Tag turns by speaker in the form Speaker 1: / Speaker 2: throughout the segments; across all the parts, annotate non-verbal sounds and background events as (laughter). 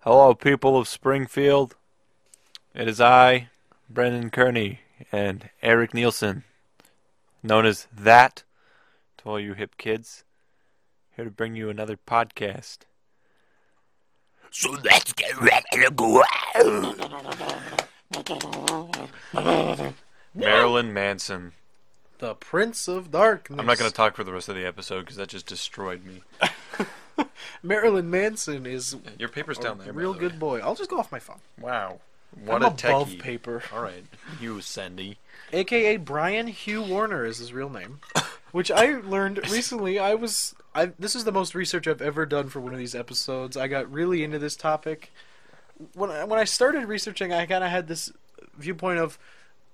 Speaker 1: Hello, people of Springfield. It is I, Brendan Kearney, and Eric Nielsen, known as That, to all you hip kids, here to bring you another podcast.
Speaker 2: So let's get ready to go out.
Speaker 1: Marilyn Manson.
Speaker 3: The Prince of Darkness.
Speaker 1: I'm not going to talk for the rest of the episode because that just destroyed me.
Speaker 3: Marilyn Manson is
Speaker 1: Your paper's
Speaker 3: a
Speaker 1: down there. by
Speaker 3: Oh, real
Speaker 1: the
Speaker 3: good boy. I'll just go off my phone.
Speaker 1: Way. Wow. What
Speaker 3: I'm
Speaker 1: a
Speaker 3: above
Speaker 1: techie.
Speaker 3: paper.
Speaker 1: All right, you Sandy.
Speaker 3: AKA Brian Hugh Warner is his real name, which I learned recently. I was I this is the most research I've ever done for one of these episodes. I got really into this topic. When I, when I started researching, I kind of had this viewpoint of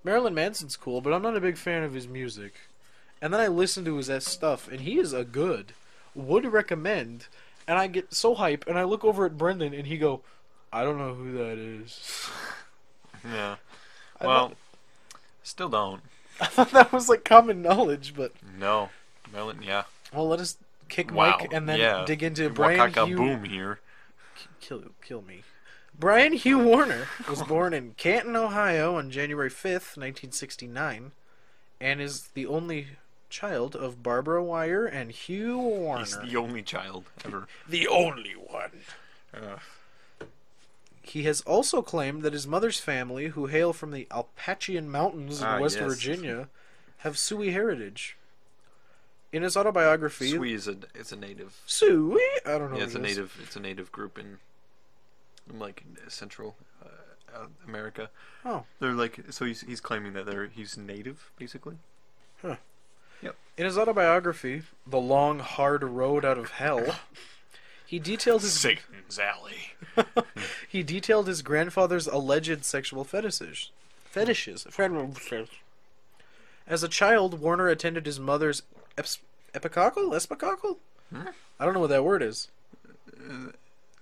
Speaker 3: Marilyn Manson's cool, but I'm not a big fan of his music. And then I listened to his ass stuff, and he is a good. Would recommend. And I get so hype, and I look over at Brendan, and he go, "I don't know who that is." (laughs)
Speaker 1: Yeah.
Speaker 3: I
Speaker 1: Well,
Speaker 3: thought-
Speaker 1: still don't.
Speaker 3: I thought that was like common knowledge, but
Speaker 1: No. Marilyn, yeah.
Speaker 3: Well, let us kick
Speaker 1: Wow,
Speaker 3: Mike and then
Speaker 1: yeah.
Speaker 3: dig into Brian
Speaker 1: Wakaka
Speaker 3: Hugh.
Speaker 1: boom here.
Speaker 3: Kill, kill me. Brian Hugh Warner was born in Canton, Ohio on January 5th, 1969, and is the only child of Barbara Wire and Hugh Warner.
Speaker 1: He's the only child
Speaker 3: (laughs)
Speaker 1: ever.
Speaker 3: the only one.
Speaker 1: Ugh.
Speaker 3: He has also claimed that his mother's family, who hail from the Alpachian Mountains in
Speaker 1: Ah,
Speaker 3: West
Speaker 1: yes.
Speaker 3: Virginia, have Sioux heritage. In his autobiography,
Speaker 1: Sui is a it's a native.
Speaker 3: Sioux, I don't know.
Speaker 1: Yeah, it's
Speaker 3: what
Speaker 1: a
Speaker 3: it is.
Speaker 1: native. It's a native group in, in like Central uh, uh, America.
Speaker 3: Oh.
Speaker 1: they're like so he's he's claiming that they're he's native basically.
Speaker 3: In his autobiography, The Long Hard Road Out of Hell, (laughs) he detailed his
Speaker 1: Satan's Alley.
Speaker 3: he detailed his grandfather's alleged sexual fetishes. Fetishes. As a child, Warner attended his mother's eps- epicocal? Espicocal?
Speaker 1: Hmm?
Speaker 3: I don't know what that word is.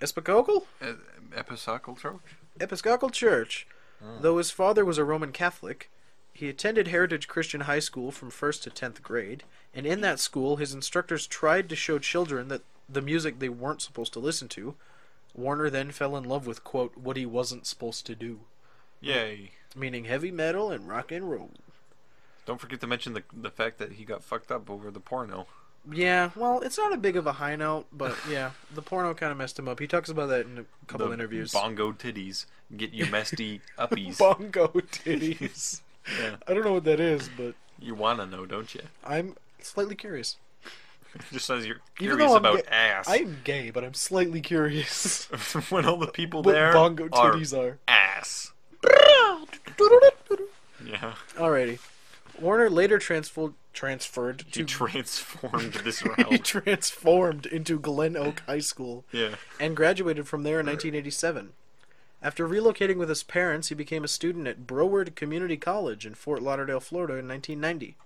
Speaker 3: Espicocal?
Speaker 1: Uh, Episcopal church.
Speaker 3: Episcopal Church.
Speaker 1: Oh.
Speaker 3: Though his father was a Roman Catholic, he attended Heritage Christian High School from 1st to 10th grade, and in that school, his instructors tried to show children that the music they weren't supposed to listen to. Warner then fell in love with, quote, what he wasn't supposed to do,
Speaker 1: Yay!
Speaker 3: meaning heavy metal and rock and roll.
Speaker 1: Don't forget to mention the the fact that he got fucked up over the porno.
Speaker 3: Yeah, well, it's not a big of a high note,
Speaker 1: (laughs)
Speaker 3: but yeah, the porno kind of messed him up. He talks about that in a couple
Speaker 1: The
Speaker 3: interviews.
Speaker 1: Bongo titties get you mesty uppies.
Speaker 3: (laughs) Bongo titties.
Speaker 1: (laughs) Yeah.
Speaker 3: I don't know what that is, but
Speaker 1: You wanna know, don't you?
Speaker 3: I'm slightly curious.
Speaker 1: Just as you're
Speaker 3: Even
Speaker 1: curious
Speaker 3: though I'm
Speaker 1: about
Speaker 3: ga-
Speaker 1: ass.
Speaker 3: I'm gay, but I'm slightly curious
Speaker 1: (laughs)
Speaker 3: (laughs)
Speaker 1: when all the people
Speaker 3: what
Speaker 1: there
Speaker 3: bongo
Speaker 1: are (laughs)
Speaker 3: titties are.
Speaker 1: ass.
Speaker 3: (laughs)
Speaker 1: Yeah.
Speaker 3: Alrighty. Warner later transfo- transferred to.
Speaker 1: He transformed this route.
Speaker 3: (laughs) he transformed into Glen Oak High School
Speaker 1: yeah.
Speaker 3: and graduated from there in 1987. After relocating with his parents, he became a student at Broward Community College in Fort Lauderdale, Florida in 1990.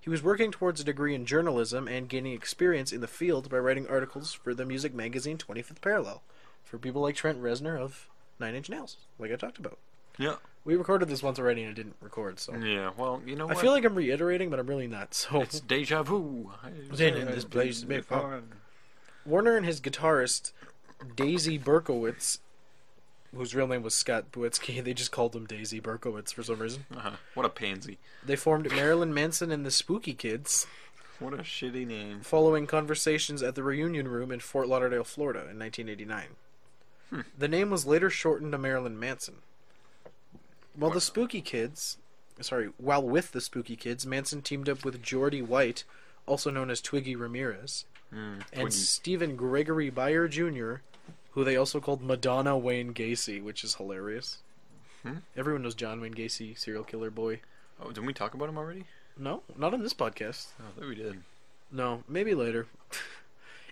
Speaker 3: He was working towards a degree in journalism and gaining experience in the field by writing articles for the music magazine 25th Parallel for people like Trent Reznor of Nine Inch Nails, like I talked about.
Speaker 1: Yeah.
Speaker 3: We recorded this once already and it didn't record, so.
Speaker 1: Yeah. Well, you know
Speaker 3: I
Speaker 1: what?
Speaker 3: feel like I'm reiterating, but I'm really not, (laughs) so.
Speaker 1: it's deja vu.
Speaker 3: Been in this place before. Warner and his guitarist Daisy Berkowitz, whose real name was Scott Buetsky, (laughs) they just called him Daisy Berkowitz for some reason.
Speaker 1: Uh-huh. What a pansy.
Speaker 3: They formed Marilyn Manson and the Spooky Kids,
Speaker 1: What a shitty name.
Speaker 3: following conversations at the reunion room in Fort Lauderdale, Florida, in 1989. The name was later shortened to Marilyn Manson. While the Spooky Kids, sorry, while with the Spooky Kids, Manson teamed up with Geordie White, also known as Twiggy Ramirez,
Speaker 1: Hmm.
Speaker 3: and
Speaker 1: Twiggy.
Speaker 3: Stephen Gregory Byer Jr., who they also called Madonna Wayne Gacy, which is hilarious.
Speaker 1: Hmm?
Speaker 3: Everyone knows John Wayne Gacy, serial killer boy.
Speaker 1: Oh, didn't we talk about him already?
Speaker 3: No, not on this podcast.
Speaker 1: Oh, I thought we did.
Speaker 3: No, maybe later. (laughs)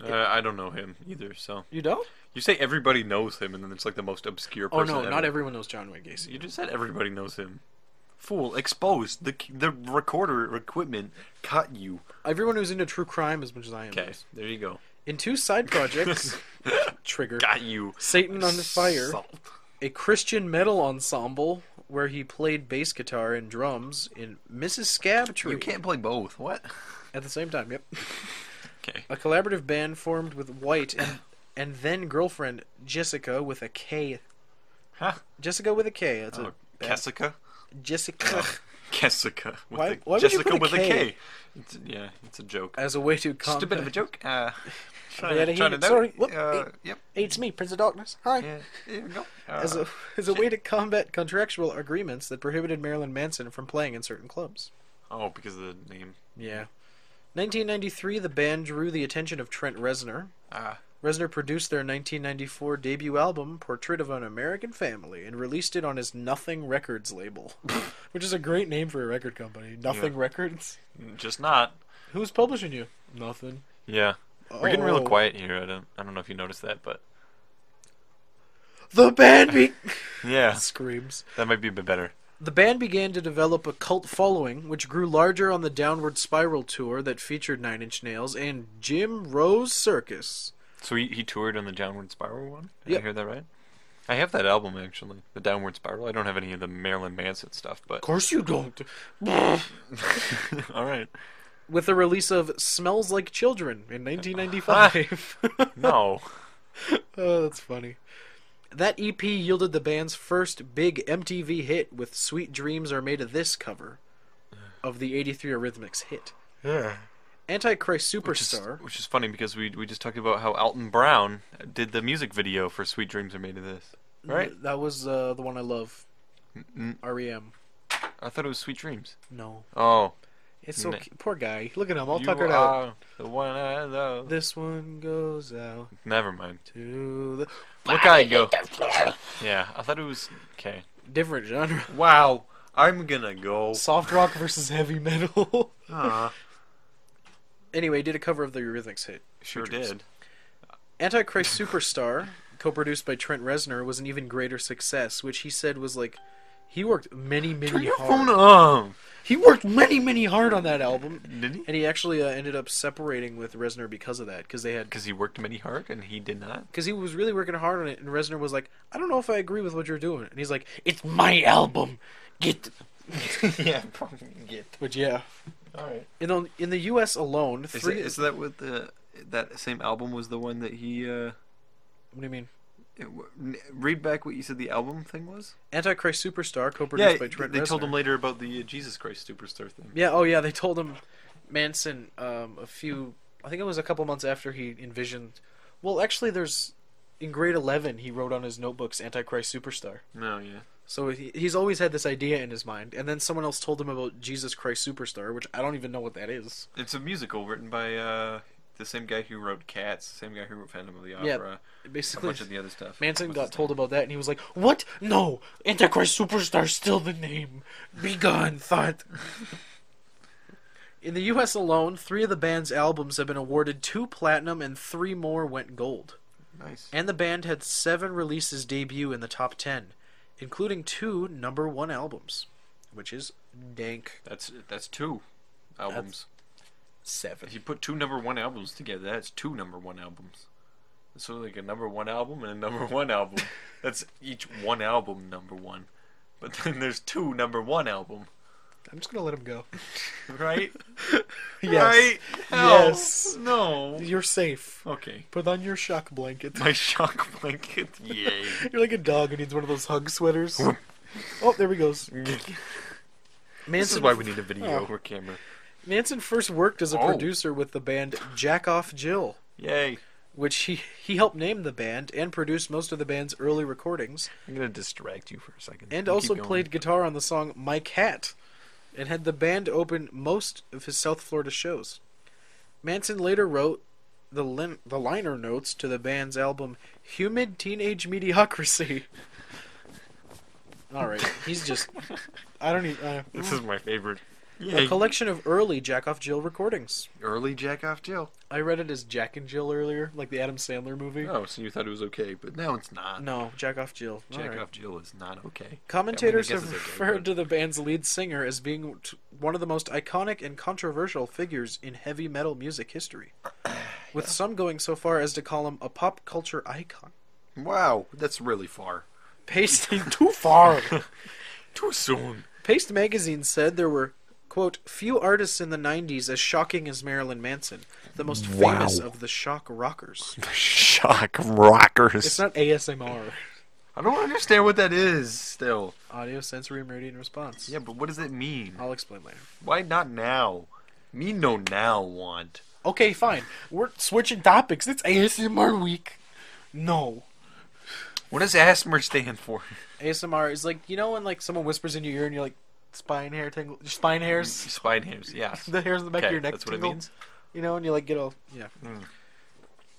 Speaker 1: Uh, I don't know him either. So
Speaker 3: You don't?
Speaker 1: you say everybody knows him, and then it's like the most obscure
Speaker 3: Oh
Speaker 1: person.
Speaker 3: no,
Speaker 1: ever.
Speaker 3: not everyone knows John Wayne Gacy.
Speaker 1: You just said everybody knows him. Fool, exposed. The the recorder equipment caught you.
Speaker 3: Everyone who's into true crime as much as I am.
Speaker 1: Okay,
Speaker 3: is.
Speaker 1: there you go.
Speaker 3: In two side
Speaker 1: (laughs)
Speaker 3: projects, trigger
Speaker 1: Got you.
Speaker 3: Satan on the Fire,
Speaker 1: Salt.
Speaker 3: a Christian metal ensemble where he played bass guitar and drums in Mrs. Scab Tree
Speaker 1: You can't play both. What?
Speaker 3: at the same time. Yep.
Speaker 1: Okay.
Speaker 3: Uh, A collaborative band formed with White and and then girlfriend Jessica with a K.
Speaker 1: Huh?
Speaker 3: Jessica with a K. That's
Speaker 1: Oh,
Speaker 3: a
Speaker 1: Kessica?
Speaker 3: Jessica
Speaker 1: Kessica. With
Speaker 3: Why-
Speaker 1: a,
Speaker 3: why would you
Speaker 1: Jessica
Speaker 3: put
Speaker 1: with
Speaker 3: a K? Uh,
Speaker 1: K. It's, yeah, it's a joke.
Speaker 3: as a way to
Speaker 1: Just a bit of a
Speaker 3: compact-
Speaker 1: joke.
Speaker 3: (laughs)
Speaker 1: Uh, trying
Speaker 3: outta
Speaker 1: to,
Speaker 3: here.
Speaker 1: trying to note-
Speaker 3: Sorry. Whoop.
Speaker 1: Uh, yep.
Speaker 3: It's me, Prince of Darkness. Hi.
Speaker 1: Yeah. There you go. Uh,
Speaker 3: as a (laughs) as a way to combat contractual agreements that prohibited Marilyn Manson from playing in certain clubs.
Speaker 1: oh, because of the name.
Speaker 3: Yeah. 1993, the band drew the attention of Trent Reznor.
Speaker 1: Ah.
Speaker 3: Reznor produced their 1994 debut album, Portrait of an American Family, and released it on his Nothing Records label, (laughs) which is a great name for a record company. Nothing Records.
Speaker 1: Just not.
Speaker 3: Who's publishing you? Nothing.
Speaker 1: Yeah. We're getting real
Speaker 3: Oh.
Speaker 1: quiet here. I don't. I don't know if you noticed that, but
Speaker 3: The band be- (laughs)
Speaker 1: yeah,
Speaker 3: screams.
Speaker 1: that might be a bit better.
Speaker 3: The band began to develop a cult following, which grew larger on the Downward Spiral tour that featured Nine Inch Nails and Jim Rose Circus.
Speaker 1: So he, he toured on the Downward Spiral one. Did
Speaker 3: Yep.
Speaker 1: I hear that right? I have that album actually, the Downward Spiral. I don't have any of the Marilyn Manson stuff, but
Speaker 3: Of course you don't.
Speaker 1: (laughs) all right.
Speaker 3: With the release of Smells Like Children in 1995. (laughs)
Speaker 1: No.
Speaker 3: oh, that's funny. That EP yielded the band's first big MTV hit with Sweet Dreams Are Made of This cover of the 83 Arrhythmics hit.
Speaker 1: yeah.
Speaker 3: Antichrist
Speaker 1: Which is,
Speaker 3: Superstar.
Speaker 1: which is funny because we we just talked about how Elton Brown did the music video for "Sweet Dreams Are Made of This." Right?
Speaker 3: That was uh, the one I love.
Speaker 1: Mm,
Speaker 3: REM.
Speaker 1: I thought it was "Sweet Dreams."
Speaker 3: No.
Speaker 1: Oh,
Speaker 3: It's
Speaker 1: Nah.
Speaker 3: so cu- poor guy. Look at him, all
Speaker 1: you
Speaker 3: tuckered out.
Speaker 1: are the one I love.
Speaker 3: This one goes out
Speaker 1: Never mind.
Speaker 3: to the
Speaker 1: Look, I (laughs) go. Yeah, I thought it was okay.
Speaker 3: different genre. (laughs)
Speaker 1: Wow, I'm gonna go.
Speaker 3: Soft rock versus heavy metal. (laughs) anyway, did a cover of the Eurythmics hit.
Speaker 1: Sure
Speaker 3: Dreams.
Speaker 1: did.
Speaker 3: Antichrist Superstar, co-produced by Trent Reznor, was an even greater success, which he said was like he worked many many hard.
Speaker 1: off.
Speaker 3: He worked many many hard on that album.
Speaker 1: Did he?
Speaker 3: And he actually uh, ended up separating with Reznor because of that, because they had
Speaker 1: Because he worked many hard and he did not.
Speaker 3: because he was really working hard on it, and Reznor was like, "I don't know if I agree with what you're doing," and he's like, "It's my album, get."
Speaker 1: (laughs) yeah, probably get.
Speaker 3: But yeah,
Speaker 1: All right.
Speaker 3: in the in the U.S. alone,
Speaker 1: Is,
Speaker 3: three.
Speaker 1: it- is that what the that same album was the one that he? Uh,
Speaker 3: what do you mean?
Speaker 1: it w- n- read back what you said the album thing was.
Speaker 3: Antichrist Superstar, co-produced by
Speaker 1: they
Speaker 3: Trent
Speaker 1: they told
Speaker 3: Reznor.
Speaker 1: him later about the uh, Jesus Christ Superstar thing.
Speaker 3: Yeah, oh yeah, they told him Manson um, a few. I think it was a couple months after he envisioned. Well, actually, there's in grade eleven he wrote on his notebooks Antichrist Superstar.
Speaker 1: No, Oh, yeah.
Speaker 3: So he, he's always had this idea in his mind, and then someone else told him about Jesus Christ Superstar, which I don't even know what that is.
Speaker 1: It's a musical written by uh, the same guy who wrote Cats, the same guy who wrote Phantom of the Opera, a
Speaker 3: Basically,
Speaker 1: bunch of the other stuff.
Speaker 3: Manson
Speaker 1: What's
Speaker 3: got
Speaker 1: his
Speaker 3: told about that, and he was like, "What? No, Antichrist Superstar still the name. Be gone, thought." In the U.S. alone, three of the band's albums have been awarded two platinum, and three more went gold.
Speaker 1: name? Nice.
Speaker 3: And the band had seven releases debut in the top ten, including two number one albums, which is dank
Speaker 1: That's that's two albums.
Speaker 3: seven.
Speaker 1: If you put two number one albums together, that's two number one albums. So like a number one album and a number (laughs) one album. that's each one album number one. But then there's two number one album, (laughs)
Speaker 3: I'm just gonna let him go.
Speaker 1: right?
Speaker 3: (laughs) Yes,
Speaker 1: Right? Hell,
Speaker 3: Yes.
Speaker 1: No.
Speaker 3: you're safe.
Speaker 1: Okay.
Speaker 3: Put on your shock blanket. (laughs)
Speaker 1: My (laughs) shock blanket. (laughs) Yay.
Speaker 3: You're like a dog who needs one of those hug (laughs) sweaters. oh, there he goes.
Speaker 1: this
Speaker 3: Manson,
Speaker 1: is why we need a video
Speaker 3: Oh.
Speaker 1: or camera.
Speaker 3: Manson first worked as a
Speaker 1: Oh.
Speaker 3: producer with the band Jack Off Jill,
Speaker 1: Yay.
Speaker 3: which he, he helped name the band and produced most of the band's early recordings,
Speaker 1: I'm gonna distract you for a second.
Speaker 3: and
Speaker 1: You keep
Speaker 3: also
Speaker 1: going.
Speaker 3: played guitar on the song My Cat, and had the band open most of his South Florida shows. Manson later wrote the, lin- the liner notes to the band's album Humid Teenage Mediocrity. (laughs) All right, he's just. I don't even. Uh,
Speaker 1: (laughs) This is my favorite.
Speaker 3: A
Speaker 1: Yay.
Speaker 3: collection of early Jack Off Jill recordings.
Speaker 1: Early Jack off Jill.
Speaker 3: I read it as Jack and Jill earlier, like the Adam Sandler movie.
Speaker 1: Oh, so you thought it was okay, but now it's not.
Speaker 3: No, Jack Off Jill.
Speaker 1: Jack
Speaker 3: Alright.
Speaker 1: off Jill is not okay.
Speaker 3: Commentators
Speaker 1: I mean, I guess
Speaker 3: have
Speaker 1: it's okay,
Speaker 3: referred
Speaker 1: but-
Speaker 3: to the band's lead singer as being t- one of the most iconic and controversial figures in heavy metal music (coughs) history, with some going so far as to call him a pop culture (laughs) icon.
Speaker 1: Wow, that's really far.
Speaker 3: Paste too far. (laughs)
Speaker 1: Too soon.
Speaker 3: Paste magazine said there were Quote, few artists in the 90s as shocking as Marilyn Manson, the most famous
Speaker 4: Wow.
Speaker 3: of the shock rockers.
Speaker 5: Shock rockers.
Speaker 3: It's not ASMR,
Speaker 1: I don't understand what that is still.
Speaker 3: audio sensory meridian response.
Speaker 1: Yeah, but what does it mean?
Speaker 3: I'll explain later.
Speaker 1: Why not now? Me no now want.
Speaker 3: Okay, fine. We're switching topics. It's ASMR week. No.
Speaker 1: What does ASMR stand for? (laughs)
Speaker 3: ASMR is like, you know when like someone whispers in your ear and you're like spine hair tingle, spine hairs, (laughs)
Speaker 1: Spine hairs, yes.
Speaker 3: the hairs in the back of
Speaker 1: Okay,
Speaker 3: your neck
Speaker 1: that's what it
Speaker 3: tingle.
Speaker 1: means.
Speaker 3: You know, and you like get all yeah.
Speaker 1: Mm.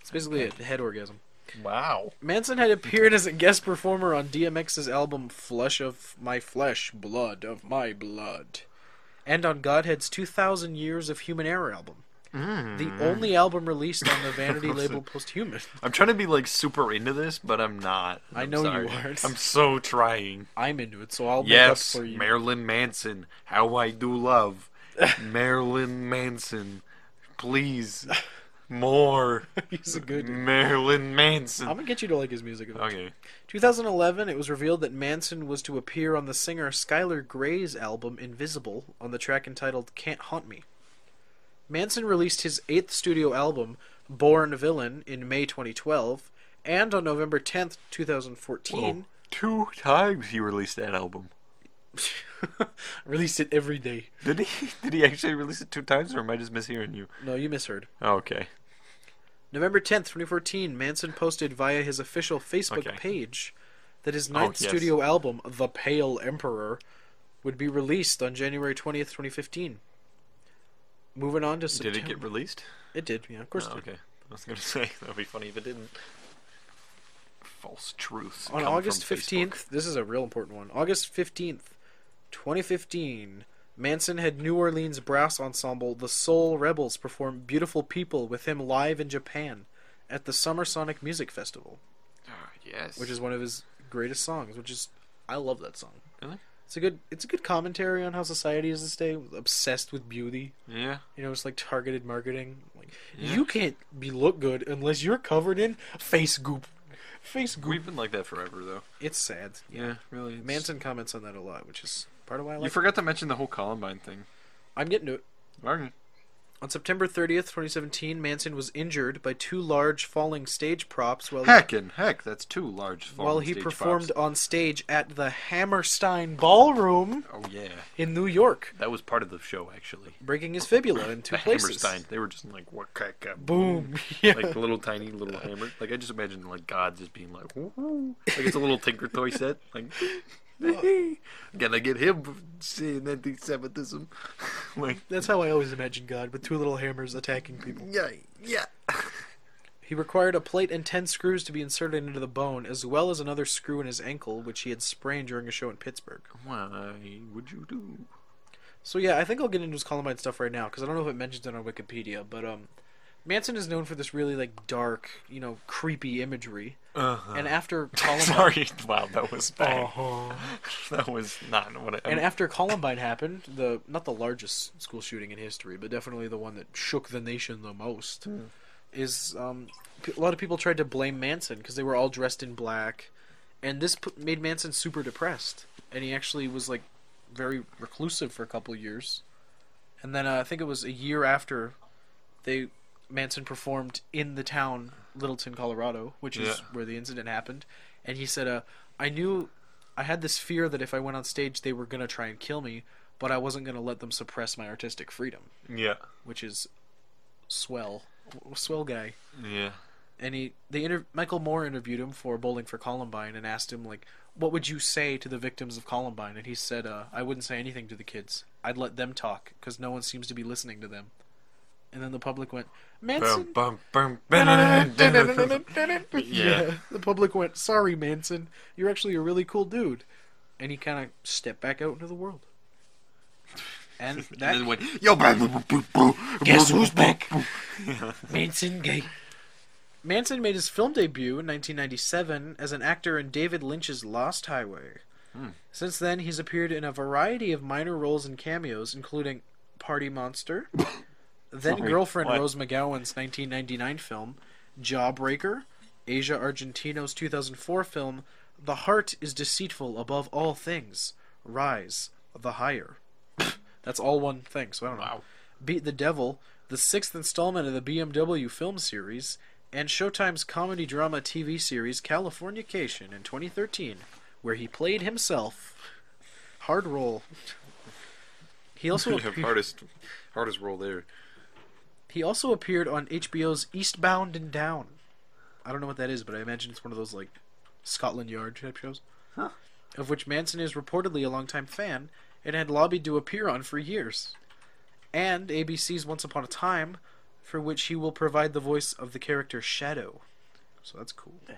Speaker 3: It's basically a head orgasm.
Speaker 1: Wow.
Speaker 3: Manson had appeared as a guest performer on DMX's album Flesh of My Flesh, Blood of My Blood, and on Godhead's 2000 Years of Human Error album.
Speaker 1: Hmm.
Speaker 3: The only album released
Speaker 1: (laughs)
Speaker 3: on the Vanity label Posthuman.
Speaker 1: I'm trying to be like super into this, but I'm not.
Speaker 3: I
Speaker 1: I'm
Speaker 3: know you
Speaker 1: sorry.
Speaker 3: aren't.
Speaker 1: I'm so trying.
Speaker 3: I'm into it, so I'll make up
Speaker 1: yes,
Speaker 3: for you.
Speaker 1: Marilyn Manson. How I do love Marilyn Manson. Please, more
Speaker 3: (laughs) He's a good.
Speaker 1: Marilyn Manson.
Speaker 3: I'm gonna get you to like his music. eventually.
Speaker 1: Okay.
Speaker 3: 2011, it was revealed that Manson was to appear on the singer Skylar Gray's album Invisible on the track entitled Can't Haunt Me. Manson released his eighth studio album, Born Villain, in May 2012, and on November 10th, 2014,
Speaker 1: Oh, Two times he released that album.
Speaker 3: (laughs) released it every day.
Speaker 1: Did he? (laughs) Did he actually release it two times, or am I just mishearing you? Oh,
Speaker 3: No, you misheard.
Speaker 1: Okay.
Speaker 3: November 10th, 2014, Manson posted via his official Facebook
Speaker 1: Okay. Oh,
Speaker 3: page that his ninth
Speaker 1: yes.
Speaker 3: studio album, The Pale Emperor, would be released on January 20th, 2015. Moving on to
Speaker 1: Did
Speaker 3: September.
Speaker 1: it get released?
Speaker 3: It did, yeah, of course.
Speaker 1: Oh,
Speaker 3: it did.
Speaker 1: okay. I was gonna (laughs) say that'd be funny if it didn't. False truths.
Speaker 3: On
Speaker 1: come from
Speaker 3: August
Speaker 1: Facebook.
Speaker 3: 15th, this is a real important one. August 15th, 2015, Manson had New Orleans brass ensemble The Soul Rebels perform Beautiful People with him live in Japan at the Summer Sonic Music Festival,
Speaker 1: Ah, yes.
Speaker 3: which is one of his greatest songs, which is I love that song.
Speaker 1: Really?
Speaker 3: It's a good it's a good commentary on how society is this day, obsessed with beauty.
Speaker 1: yeah.
Speaker 3: You know, it's like targeted marketing. Like
Speaker 1: Yeah.
Speaker 3: you can't be look good unless you're covered in face goop. Face goop.
Speaker 1: We've been like that forever, though.
Speaker 3: It's sad.
Speaker 1: Yeah, really. it's-
Speaker 3: Manson comments on that a lot, which is part of why I
Speaker 1: You
Speaker 3: like.
Speaker 1: forgot to mention the whole Columbine thing.
Speaker 3: I'm getting to it.
Speaker 1: Alright.
Speaker 3: On September 30th, 2017, Manson was injured by two large falling stage props while
Speaker 1: Heck and heck, that's two large. fallen
Speaker 3: while he
Speaker 1: stage
Speaker 3: performed on stage at the Hammerstein Ballroom
Speaker 1: props. Oh yeah,
Speaker 3: in New York,
Speaker 1: that was part of the show actually.
Speaker 3: breaking his fibula in two places.
Speaker 1: Hammerstein. They were just like what heck, uh,
Speaker 3: Boom. (laughs) Yeah.
Speaker 1: like the little tiny little hammer. Like I just imagine like God just being like, Woo-hoo. like it's a little Tinker Toy set.
Speaker 3: (laughs)
Speaker 1: Like, gonna get him for saying anti-Semitism. (laughs) like,
Speaker 3: That's how I always imagine God, with two little hammers attacking people.
Speaker 1: yeah, yeah.
Speaker 3: He required a plate and 10 screws to be inserted into the bone, as well as another screw in his ankle, which he had sprained during a show in Pittsburgh.
Speaker 1: Why would you do?
Speaker 3: So yeah, I think I'll get into his Columbine stuff right now because I don't know if it mentions it on Wikipedia, but um, Manson is known for this really like dark, you know, creepy imagery.
Speaker 1: Uh-huh.
Speaker 3: And after
Speaker 1: (laughs)
Speaker 3: Columbine,
Speaker 1: Sorry. Wow, that was bad.
Speaker 3: Uh-huh.
Speaker 1: (laughs) That was not what I.
Speaker 3: and after Columbine happened, the not the largest school shooting in history, but definitely the one that shook the nation the most, is um, p- a lot of people tried to blame Manson because they were all dressed in black, and this put, made Manson super depressed, and he actually was like very reclusive for a couple years, and then uh, I think it was a year after they Manson performed in the town Littleton, Colorado, which is
Speaker 1: Yeah.
Speaker 3: where the incident happened, and he said, uh, "I knew I had this fear that if I went on stage, they were gonna try and kill me, but I wasn't gonna let them suppress my artistic freedom,
Speaker 1: yeah,
Speaker 3: which is swell, W- swell guy."
Speaker 1: yeah.
Speaker 3: And he, they inter- Michael Moore interviewed him for Bowling for Columbine and asked him like, "What would you say to the victims of Columbine?" And he said, uh, "I wouldn't say anything to the kids. I'd let them talk because no one seems to be listening to them." And then the public went, "Manson." (laughs)
Speaker 1: Bum, (laughs) bum, bum, bum.
Speaker 3: yeah. The public went, sorry, Manson. You're actually a really cool dude. And he kind of stepped back out into the world. And that.
Speaker 1: And then went, yo, bum, bum, bum,
Speaker 4: Guess who's back?
Speaker 3: (laughs) Manson gay. Manson made his film debut in 1997 as an actor in David Lynch's Lost Highway. Since then, he's appeared in a variety of minor roles and cameos, including Party Monster, then
Speaker 1: Sorry,
Speaker 3: girlfriend
Speaker 1: what?
Speaker 3: Rose McGowan's 1999 film, Jawbreaker, Asia Argentino's 2004 film, The Heart is Deceitful Above All Things, Rise, The Higher. (laughs) That's all one thing, so I don't know.
Speaker 1: Wow.
Speaker 3: Beat the Devil, the sixth installment of the BMW film series, and Showtime's comedy drama TV series Californication in 2013, where he played himself. Hard roll. He
Speaker 1: (laughs)
Speaker 3: also
Speaker 1: hardest, hardest roll there.
Speaker 3: he also appeared on HBO's Eastbound and Down. I don't know what that is, but I imagine it's one of those like Scotland Yard type shows. Of which Manson is reportedly a longtime fan and had lobbied to appear on for years. And ABC's Once Upon a Time, for which he will provide the voice of the character Shadow. So that's cool.
Speaker 1: The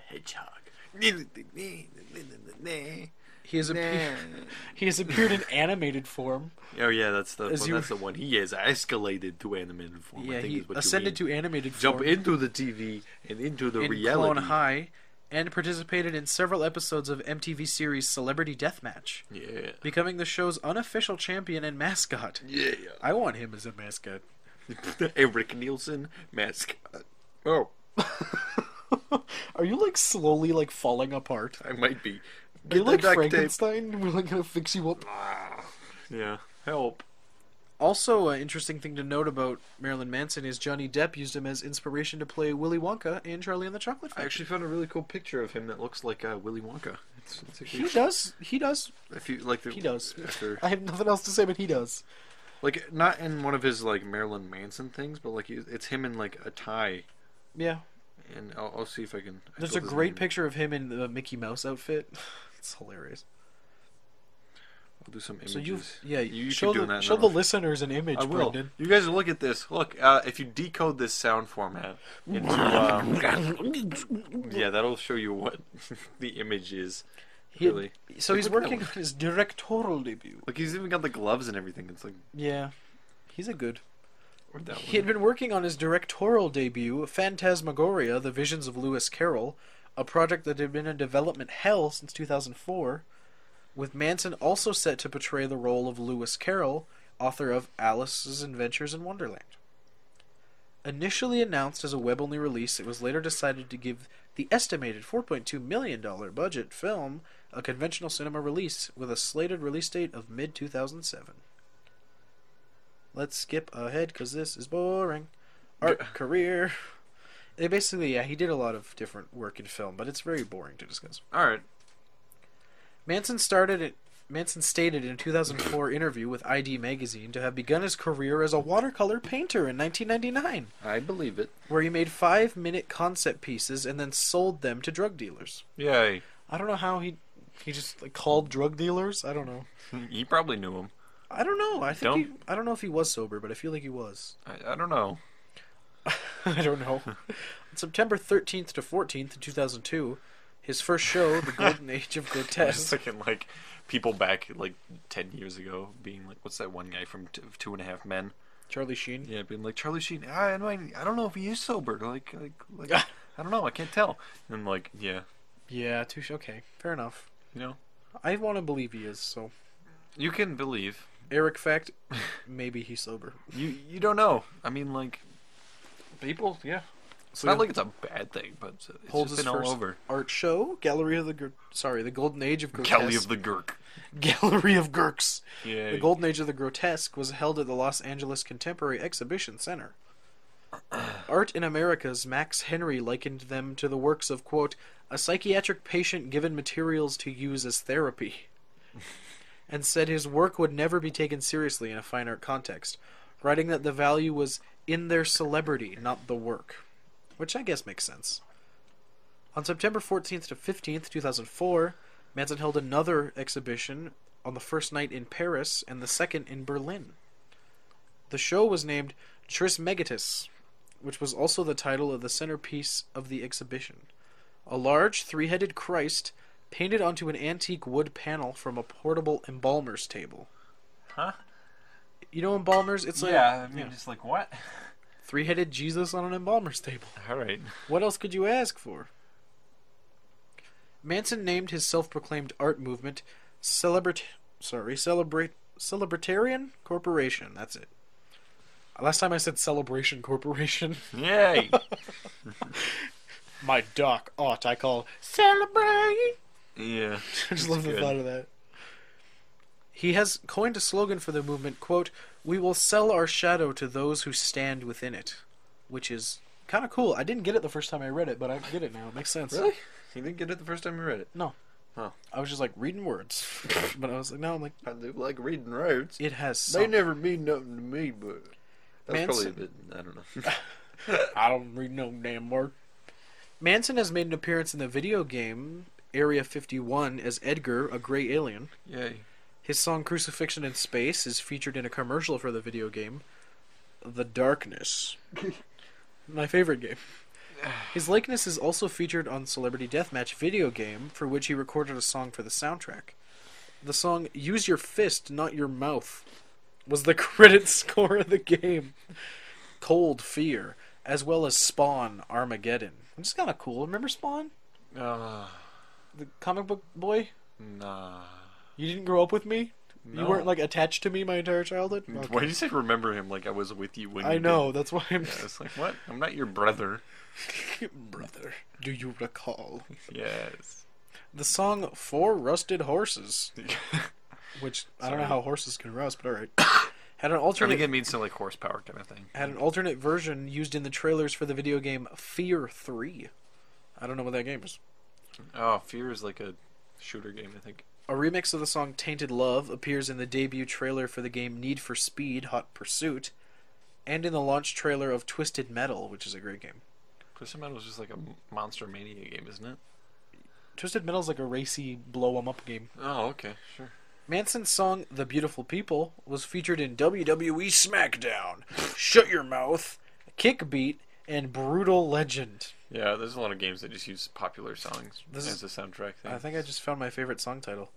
Speaker 1: hedgehog.
Speaker 3: He has appeared (laughs) he has appeared in animated form.
Speaker 1: (laughs) Oh yeah, that's the
Speaker 3: As
Speaker 1: one,
Speaker 3: you-
Speaker 1: that's the one. He has escalated to animated form. I
Speaker 3: Yeah,
Speaker 1: think
Speaker 3: he
Speaker 1: is what
Speaker 3: ascended
Speaker 1: you
Speaker 3: to animated
Speaker 1: mean. jump
Speaker 3: form.
Speaker 1: into the TV and into the
Speaker 3: in
Speaker 1: reality.
Speaker 3: Clone High and participated in several episodes of MTV series Celebrity Deathmatch,
Speaker 1: Yeah,
Speaker 3: becoming the show's unofficial champion and mascot.
Speaker 1: yeah. (laughs)
Speaker 3: I want him as a mascot.
Speaker 1: Eric Nielsen mascot. Oh,
Speaker 3: (laughs) Are you like slowly like falling apart?
Speaker 1: I might be.
Speaker 3: You're
Speaker 1: Get the
Speaker 3: like
Speaker 1: duct tape.
Speaker 3: Frankenstein. (laughs) We're like gonna fix you up.
Speaker 1: Ah, Yeah, help.
Speaker 3: Also, an interesting thing to note about Marilyn Manson is Johnny Depp used him as inspiration to play Willy Wonka in Charlie and the Chocolate
Speaker 1: I
Speaker 3: Factory.
Speaker 1: actually found a really cool picture of him that looks like uh, Willy Wonka. It's, it's actually
Speaker 3: he does. He does.
Speaker 1: If you like, the,
Speaker 3: He does.
Speaker 1: After,
Speaker 3: (laughs) I have nothing else to say, but he does.
Speaker 1: like, not in one of his like Marilyn Manson things, but like he, it's him in like a tie.
Speaker 3: Yeah.
Speaker 1: And I'll, I'll see if I can. I
Speaker 3: There's a
Speaker 1: built his
Speaker 3: great
Speaker 1: name.
Speaker 3: picture of him in the Mickey Mouse outfit.
Speaker 1: (sighs)
Speaker 3: it's hilarious.
Speaker 1: I'll do some images.
Speaker 3: So you, yeah,
Speaker 1: you, you
Speaker 3: show
Speaker 1: keep doing
Speaker 3: the
Speaker 1: that. and
Speaker 3: show
Speaker 1: then
Speaker 3: the
Speaker 1: I'll-
Speaker 3: listeners an image,
Speaker 1: I will.
Speaker 3: Brendan.
Speaker 1: You guys look at this. Look, uh, if you decode this sound format into,
Speaker 3: (laughs)
Speaker 1: um, yeah, that'll show you what (laughs) the image is.
Speaker 3: He-
Speaker 1: Really,
Speaker 3: So he's
Speaker 1: Look at that
Speaker 3: working on
Speaker 1: one.
Speaker 3: his directorial debut.
Speaker 1: Like he's even got the gloves and everything. It's like
Speaker 3: Yeah, he's a good.
Speaker 1: where'd that
Speaker 3: He had
Speaker 1: one.
Speaker 3: been working on his directorial debut, Phantasmagoria: The Visions of Lewis Carroll, a project that had been in development hell since 2004, with Manson also set to portray the role of Lewis Carroll, author of Alice's Adventures in Wonderland. Initially announced as a web-only release, it was later decided to give the estimated 4.2 million dollar budget film a conventional cinema release with a slated release date of mid 2007. Let's skip ahead because this is boring. Art career. They basically, yeah, he did a lot of different work in film, but it's very boring to discuss.
Speaker 1: All right.
Speaker 3: Manson started it. Manson stated in a 2004 interview with ID magazine to have begun his career as a watercolor painter in 1999,
Speaker 1: I believe it.
Speaker 3: where he made five-minute concept pieces and then sold them to drug dealers.
Speaker 6: Yay.
Speaker 3: I don't know how he he just like, called drug dealers. I don't know.
Speaker 1: You probably knew him.
Speaker 3: I don't know. I think
Speaker 6: Don't-
Speaker 3: he, I don't know if he was sober, but I feel like he was.
Speaker 1: I, I don't know. (laughs)
Speaker 3: (laughs) I don't know. On September 13th to 14th, 2002, his first show, The Golden Age
Speaker 1: (laughs)
Speaker 3: of
Speaker 1: Just
Speaker 3: Grotesque.
Speaker 1: thinking like people back like ten years ago being like, what's that one guy from t- Two and a Half Men?
Speaker 3: Charlie Sheen.
Speaker 1: Yeah, being like Charlie Sheen. I, I don't- I don't know if he is sober. Like, like, (laughs) like I don't know. I can't tell. And like, yeah,
Speaker 3: Yeah, touche. Okay, fair enough.
Speaker 1: you know,
Speaker 3: I want to believe he is, so.
Speaker 1: you can believe. (laughs)
Speaker 3: Eric Fact, maybe he's sober.
Speaker 1: You you don't know. I mean, like people. Yeah, it's not like it's a bad thing, but it's, it's
Speaker 3: Holds
Speaker 1: just
Speaker 3: his
Speaker 1: been all
Speaker 3: first
Speaker 1: over.
Speaker 3: art show, Gallery of the Gr- sorry, the Golden Age of Grotesque.
Speaker 1: Kelly of the Gurk.
Speaker 3: (laughs) Gallery of Gurks.
Speaker 1: Yeah.
Speaker 3: The Golden Age of the Grotesque was held at the Los Angeles Contemporary Exhibition Center. Art in America's Max Henry likened them to the works of, quote, a psychiatric patient given materials to use as therapy, and said his work would never be taken seriously in a fine art context, writing that the value was in their celebrity, not the work, which I guess makes sense. On September 14th to 15th, 2004, Manson held another exhibition on the first night in Paris and the second in Berlin. The show was named Trismegistus, which was also the title of the centerpiece of the exhibition. A large three headed Christ painted onto an antique wood panel from a portable embalmer's table.
Speaker 1: Huh?
Speaker 3: You know embalmers? It's like
Speaker 1: Yeah. I mean, just like what?
Speaker 3: three headed Jesus on an embalmer's table.
Speaker 1: All right.
Speaker 3: What else could you ask for? Manson named his self-proclaimed art movement Celebrat sorry, Celebrate Celebritarian Corporation. That's it. Last time I said Celebration Corporation. (laughs)
Speaker 1: (laughs) Yay.
Speaker 3: My doc ought I call Celebrate.
Speaker 1: yeah.
Speaker 3: I (laughs) just love the
Speaker 1: Good.
Speaker 3: thought of that. He has coined a slogan for the movement, quote, "We will sell our shadow to those who stand within it," which is kind of cool. I didn't get it the first time I read it, but I get it now. It makes sense.
Speaker 1: Really? You didn't get it the first time you read it.
Speaker 3: No.
Speaker 1: Huh.
Speaker 3: I was just like reading (laughs) words, but I was like, no, I'm like,
Speaker 1: I do like reading roads.
Speaker 3: it has.
Speaker 1: They
Speaker 3: Some,
Speaker 1: never mean nothing to me, but that's probably a
Speaker 3: Manson-
Speaker 1: bit. I don't know.
Speaker 3: I don't read no damn word. Manson has made an appearance in the video game Area 51 as Edgar, a gray alien.
Speaker 1: (laughs) Yay!
Speaker 3: His song Crucifixion in Space is featured in a commercial for the video game The Darkness. My favorite game. His likeness is also featured on Celebrity Deathmatch video game, for which he recorded a song for the soundtrack. The song Use Your Fist, Not Your Mouth was the (laughs) credit score of the game. Cold Fear, as well as Spawn Armageddon. Which is kind of cool. Remember Spawn?
Speaker 1: Uh,
Speaker 3: The comic book boy?
Speaker 1: nah.
Speaker 3: You didn't grow up with me? You
Speaker 1: No.
Speaker 3: weren't like attached to me my entire childhood?
Speaker 1: Why did you say remember him like I was with you when
Speaker 3: I
Speaker 1: you
Speaker 3: know,
Speaker 1: Did?
Speaker 3: that's why I'm
Speaker 1: I was like, what? I'm not your brother.
Speaker 3: (laughs) brother. Do you recall?
Speaker 1: Yes. (laughs)
Speaker 3: The song Four Rusted Horses, which I don't know how horses can rust, but alright. Had an
Speaker 1: I think
Speaker 3: alternate
Speaker 1: it means something like horsepower kind of thing.
Speaker 3: had an alternate version used in the trailers for the video game Fear Three. I don't know what that game is.
Speaker 1: Oh, Fear is like a shooter game, I think.
Speaker 3: A remix of the song Tainted Love appears in the debut trailer for the game Need for Speed Hot Pursuit and in the launch trailer of Twisted Metal, which is a great game.
Speaker 1: Twisted Metal is just like a Monster Mania game, isn't it?
Speaker 3: Twisted Metal's like a racy blow 'em up game.
Speaker 1: Oh, okay, sure.
Speaker 3: Manson's song "The Beautiful People" was featured in WWE SmackDown, "Shut Your Mouth," "Kickbeat," and "Brutal Legend."
Speaker 1: Yeah, there's a lot of games that just use popular songs
Speaker 3: This
Speaker 1: as a soundtrack thing.
Speaker 3: I think I just found my favorite song title.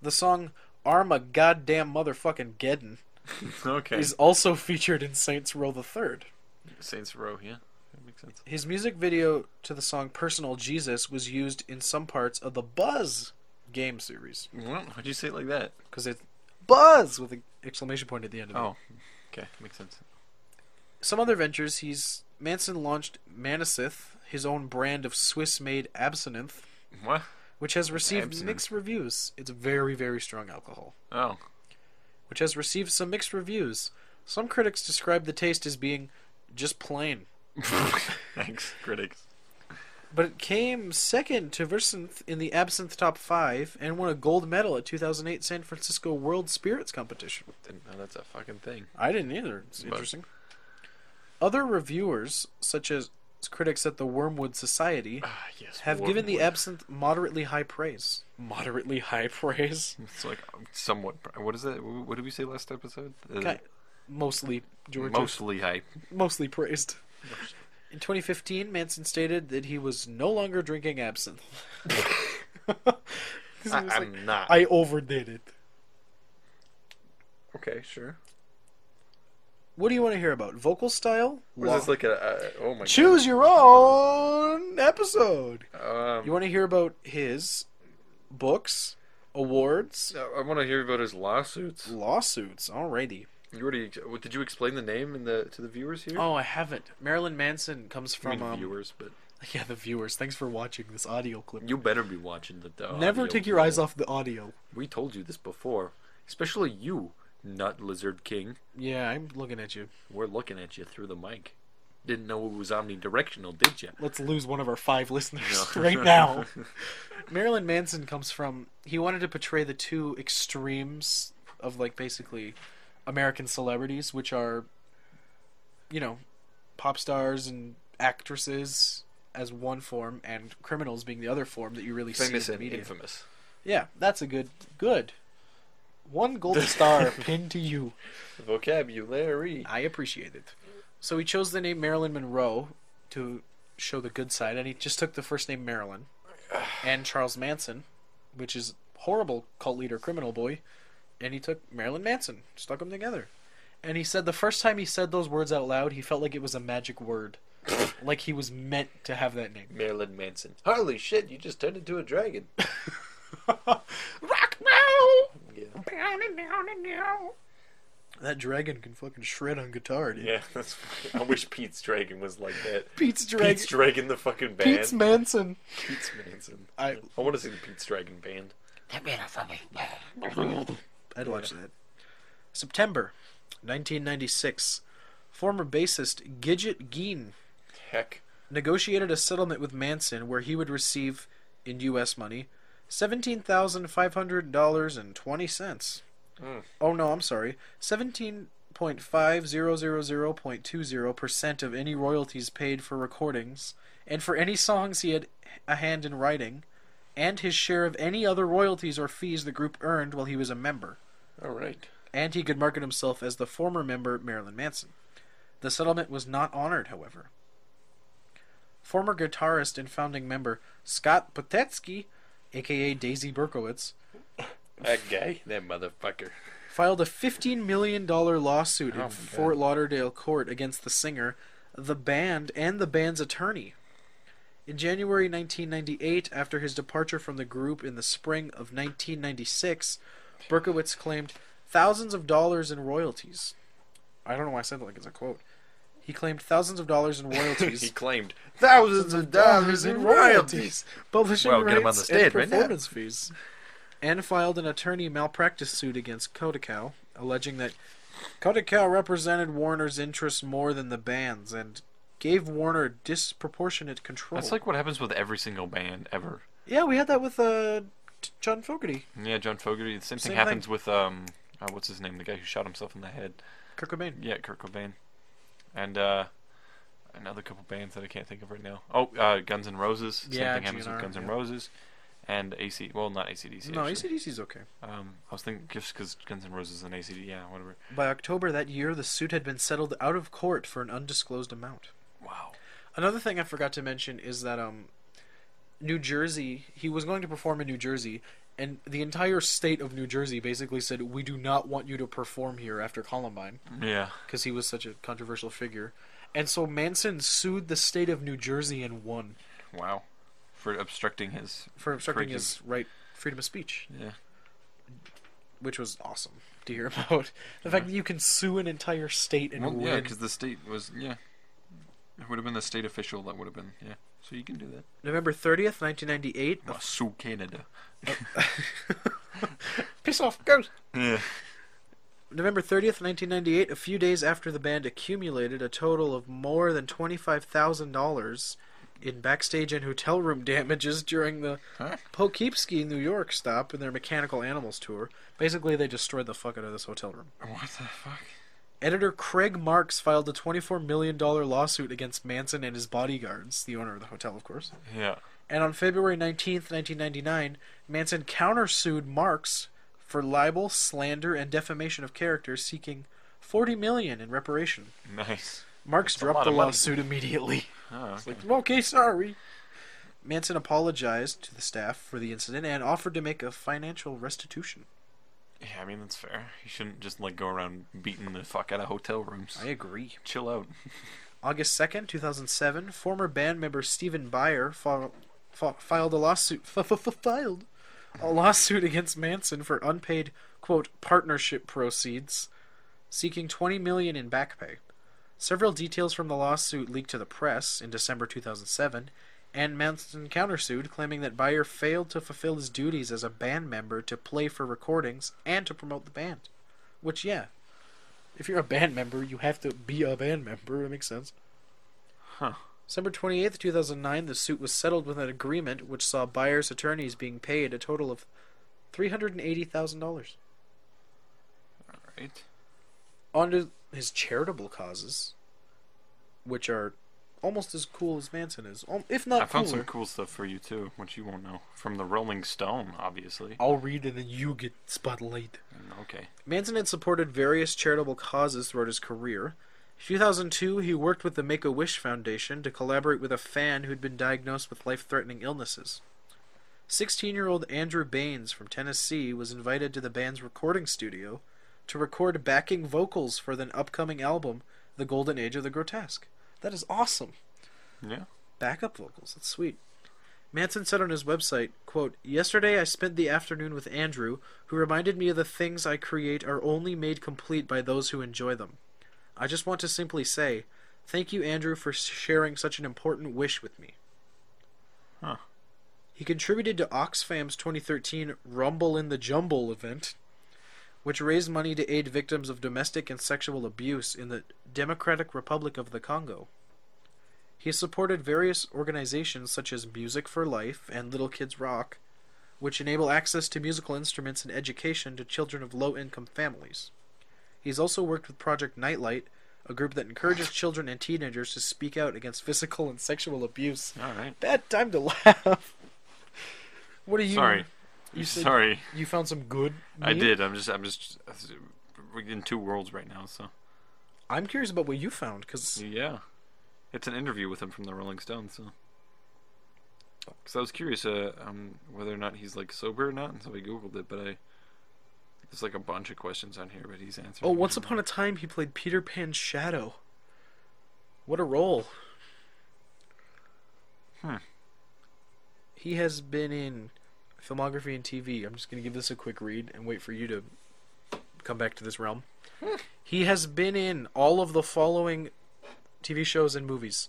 Speaker 3: The song "Arm a Goddamn Motherfucking Geddon"
Speaker 1: (laughs) okay.
Speaker 3: is also (laughs) featured in Saints Row the Third.
Speaker 1: Saints Row, yeah. That makes sense.
Speaker 3: His music video to the song "Personal Jesus" was used in some parts of the Buzz game series
Speaker 1: Well, why'd you say it like that?
Speaker 3: because it's Buzz with an exclamation point at the end of it.
Speaker 1: Oh, okay. Makes sense.
Speaker 3: some other ventures he's Manson launched Manasith, his own brand of Swiss-made absinthe,
Speaker 1: What?
Speaker 3: which has received
Speaker 1: Absinthe.
Speaker 3: mixed reviews. It's very very strong alcohol,
Speaker 1: Oh.
Speaker 3: which has received some mixed reviews. Some critics describe the taste as being just plain,
Speaker 1: (laughs) Thanks, critics.
Speaker 3: but it came second to Versinthe in the Absinthe Top 5 and won a gold medal at 2008 San Francisco World Spirits Competition.
Speaker 1: Didn't know that's a fucking thing.
Speaker 3: I didn't either. It's
Speaker 1: But-
Speaker 3: interesting. Other reviewers, such as critics at the
Speaker 1: (laughs)
Speaker 3: Wormwood Society,
Speaker 1: Ah, yes.
Speaker 3: have given the
Speaker 1: Wormwood.
Speaker 3: absinthe moderately high praise. Moderately high praise.
Speaker 1: It's like um, somewhat. What is that? What did we say last episode? Uh,
Speaker 3: mostly Georgia.
Speaker 1: mostly
Speaker 3: (laughs)
Speaker 1: hype.
Speaker 3: Mostly praised. In 2015, Manson stated that he was no longer drinking absinthe. (laughs) 'Cause he
Speaker 1: I,
Speaker 3: was like,
Speaker 1: am not.
Speaker 3: I overdid it.
Speaker 1: okay, sure.
Speaker 3: What do you want to hear about? Vocal style?
Speaker 1: Was this like a? Uh, oh my
Speaker 3: Choose your own episode.
Speaker 1: god. Um,
Speaker 3: You want to hear about his books, awards,
Speaker 1: I want to hear about his lawsuits.
Speaker 3: lawsuits? Alrighty.
Speaker 1: You already ex- what- did you explain the name and the to the viewers here?
Speaker 3: Oh, I haven't. Marilyn Manson comes
Speaker 1: I
Speaker 3: from
Speaker 1: mean,
Speaker 3: um,
Speaker 1: viewers, but
Speaker 3: (laughs) Yeah, the viewers. Thanks for watching this audio clip.
Speaker 1: you better be watching the. the
Speaker 3: Never
Speaker 1: audio
Speaker 3: take your
Speaker 1: people.
Speaker 3: eyes off the audio.
Speaker 1: We told you this before, especially you, Nut Lizard King.
Speaker 3: Yeah, I'm looking at you.
Speaker 1: We're looking at you through the mic. Didn't know it was omnidirectional, did you?
Speaker 3: Let's lose one of our five listeners right (laughs) now. Marilyn Manson comes from. He wanted to portray the two extremes of, like, basically American celebrities, which are, you know, pop stars and actresses as one form, and criminals being the other form that you really
Speaker 1: Famous
Speaker 3: see in
Speaker 1: and
Speaker 3: the media.
Speaker 1: infamous.
Speaker 3: Yeah, that's a good. Good. One gold (laughs) star pinned to you.
Speaker 1: Vocabulary.
Speaker 3: I appreciate it. So he chose the name Marilyn Monroe to show the good side, and he just took the first name Marilyn and Charles Manson, which is horrible cult leader criminal boy, and he took Marilyn Manson, stuck them together. And he said the first time he said those words out loud, he felt like it was a magic (laughs) word, like he was meant to have that (laughs) name.
Speaker 1: Marilyn Manson. Holy shit, you just turned into a dragon.
Speaker 3: Rock now.
Speaker 1: (laughs) Yeah.
Speaker 3: That dragon can fucking shred on guitar, dude.
Speaker 1: (laughs) Yeah, that's. I wish Pete's dragon was like that.
Speaker 3: Pete's dragon.
Speaker 1: Pete's
Speaker 3: Pete's,
Speaker 1: dragon, the fucking band. Pete's,
Speaker 3: Manson.
Speaker 1: Manson.
Speaker 3: I
Speaker 1: I want to see the Pete's dragon band.
Speaker 7: That made a fucking.
Speaker 3: I'd watch that. September 1996. Former bassist Gidget Geen
Speaker 1: Heck.
Speaker 3: negotiated a settlement with Manson where he would receive, in U.S. money, seventeen thousand five hundred dollars and twenty cents.
Speaker 1: Mm.
Speaker 3: Oh no, I'm sorry, seventeen point five zero zero zero point two zero percent of any royalties paid for recordings, and for any songs he had a hand in writing, and his share of any other royalties or fees the group earned while he was a member
Speaker 1: All right.
Speaker 3: and he could market himself as the former member Marilyn Manson. The settlement was not honored, however. Former guitarist and founding member Scott Potetsky, aka Daisy Berkowitz,
Speaker 8: That guy, that
Speaker 1: (laughs)
Speaker 8: motherfucker.
Speaker 3: filed a $15 million lawsuit
Speaker 1: Oh
Speaker 3: in
Speaker 1: my
Speaker 3: Fort Lauderdale court against the singer, the band, and the band's attorney. In January 1998, after his departure from the group in the spring of 1996, Berkowitz claimed thousands of dollars in royalties. I don't know why I said that like it's a quote. He claimed thousands of dollars
Speaker 1: (laughs)
Speaker 3: in
Speaker 8: He
Speaker 3: royalties.
Speaker 8: claimed thousands of dollars in royalties.
Speaker 3: publishing
Speaker 8: Well,
Speaker 3: rights,
Speaker 8: get him on the
Speaker 3: and
Speaker 8: stand right now.
Speaker 3: performance fees, and filed an attorney malpractice suit against Kodakow, alleging that Kodakow represented Warner's interests more than the band's and gave Warner disproportionate control.
Speaker 1: That's like what happens with every single band ever.
Speaker 3: yeah, we had that with uh, T- John Fogerty,
Speaker 1: Yeah, John Fogerty. The same,
Speaker 3: Same
Speaker 1: thing happens with um, uh, what's his name? The guy who shot himself in the head.
Speaker 3: Kurt Cobain.
Speaker 1: Yeah, Kurt Cobain, and uh, another couple bands that I can't think of right now. Oh, uh, Guns N' Roses. Same
Speaker 3: Yeah,
Speaker 1: thing happens
Speaker 3: GNR,
Speaker 1: with Guns N'
Speaker 3: yeah.
Speaker 1: Roses, and AC. Well, not ACDC.
Speaker 3: No,
Speaker 1: actually.
Speaker 3: ACDC's okay.
Speaker 1: Um, I was thinking just because Guns N' Roses and ACD. Yeah, whatever.
Speaker 3: By October that year, the suit had been settled out of court for an undisclosed amount.
Speaker 1: Wow.
Speaker 3: Another thing I forgot to mention is that um, New Jersey. He was going to perform in New Jersey, and the entire state of New Jersey basically said, "We do not want you to perform here after Columbine,"
Speaker 1: Yeah.
Speaker 3: because he was such a controversial figure. And so Manson sued the state of New Jersey and won
Speaker 1: Wow. For obstructing his.
Speaker 3: for obstructing
Speaker 1: Freaking-
Speaker 3: his right freedom of speech,
Speaker 1: Yeah.
Speaker 3: which was awesome to hear (laughs) about. The fact that you can sue an entire state and
Speaker 1: Well,
Speaker 3: win.
Speaker 1: yeah, because the state was yeah. It would have been the state official that would have been yeah. So you can do that.
Speaker 3: November thirtieth, nineteen ninety eight.
Speaker 1: Well, sue Canada.
Speaker 3: (laughs) Piss off, go.
Speaker 1: Yeah.
Speaker 3: November 30th, 1998, a few days after the band accumulated a total of more than $25,000 in backstage and hotel room (laughs) damages during the
Speaker 1: Huh?
Speaker 3: Poughkeepsie, New York stop in their Mechanical Animals tour. Basically, they destroyed the fuck out of this hotel room.
Speaker 1: What the fuck?
Speaker 3: Editor Craig Marks filed a $24 million lawsuit against Manson and his bodyguards, the owner of the hotel, of course.
Speaker 1: Yeah.
Speaker 3: And on February 19th, 1999, Manson countersued Marx for libel, slander, and defamation of character, seeking 40 million in reparation.
Speaker 1: Nice.
Speaker 3: Marx
Speaker 1: That's a
Speaker 3: dropped
Speaker 1: lot
Speaker 3: the
Speaker 1: of money.
Speaker 3: lawsuit immediately.
Speaker 1: Oh, okay.
Speaker 3: Like, okay, sorry. Manson apologized to the staff for the incident and offered to make a financial restitution.
Speaker 1: Yeah, I mean that's fair. You shouldn't just like go around beating the fuck out of hotel rooms.
Speaker 3: I agree.
Speaker 1: Chill out.
Speaker 3: August 2nd, 2007, former band member Steven Beyer fi- fi- filed a lawsuit (laughs) f- f- f- filed a lawsuit against Manson for unpaid quote partnership proceeds, seeking 20 million in back pay. Several details from the lawsuit leaked to the press in December 2007, and Manson countersued, claiming that Beyer failed to fulfill his duties as a band member to play for recordings and to promote the band. Which, yeah, if you're a band member, you have to be a band member. That makes sense.
Speaker 1: Huh.
Speaker 3: December 28th, 2009, the suit was settled with an agreement which saw buyer's attorneys being paid a total of $380,000.
Speaker 1: Right.
Speaker 3: Under his charitable causes, which are almost as cool as Manson is, al- if
Speaker 1: I
Speaker 3: not
Speaker 1: found
Speaker 3: cooler.
Speaker 1: some cool stuff for you too, which you won't know from the Rolling Stone, obviously.
Speaker 3: I'll read and then you get spotlight.
Speaker 1: Okay.
Speaker 3: Manson had supported various charitable causes throughout his career. In 2002, he worked with the Make a Wish Foundation to collaborate with a fan who'd been diagnosed with life threatening illnesses. 16 year old Andrew Baines from Tennessee was invited to the band's recording studio to record backing vocals for the upcoming album, The Golden Age of the Grotesque. That is awesome
Speaker 1: Yeah.
Speaker 3: backup vocals. That's sweet. Manson said on his website, quote, Yesterday I spent the afternoon with Andrew, who reminded me of the things I create are only made complete by those who enjoy them. I just want to simply say, thank you, Andrew, for sharing such an important wish with me.
Speaker 1: Huh.
Speaker 3: He contributed to Oxfam's 2013 Rumble in the Jumble event, which raised money to aid victims of domestic and sexual abuse in the Democratic Republic of the Congo. He supported various organizations such as Music for Life and Little Kids Rock, which enable access to musical instruments and education to children of low income families. He's also worked with Project Nightlight, a group that encourages children and teenagers to speak out against physical and sexual abuse.
Speaker 1: All right.
Speaker 3: Bad time to (laughs) laugh. What are you?
Speaker 1: Sorry.
Speaker 3: You said
Speaker 1: Sorry.
Speaker 3: you found some good.
Speaker 1: I
Speaker 3: meme?
Speaker 1: did. I'm just. I'm just. We're in two worlds right now. So
Speaker 3: I'm curious about what you found because
Speaker 1: yeah, it's an interview with him from the Rolling Stones. So because I was curious, uh, um, whether or not he's like sober or not, and so I googled it. But I there's like a bunch of questions on here, but he's answering.
Speaker 3: oh, once upon a time he played Peter Pan's shadow. What a role!
Speaker 1: Hmm.
Speaker 3: He has been in filmography and TV. I'm just gonna give this a quick read and wait for you to come back to this realm.
Speaker 1: Hmm.
Speaker 3: he has been in all of the following TV shows and movies.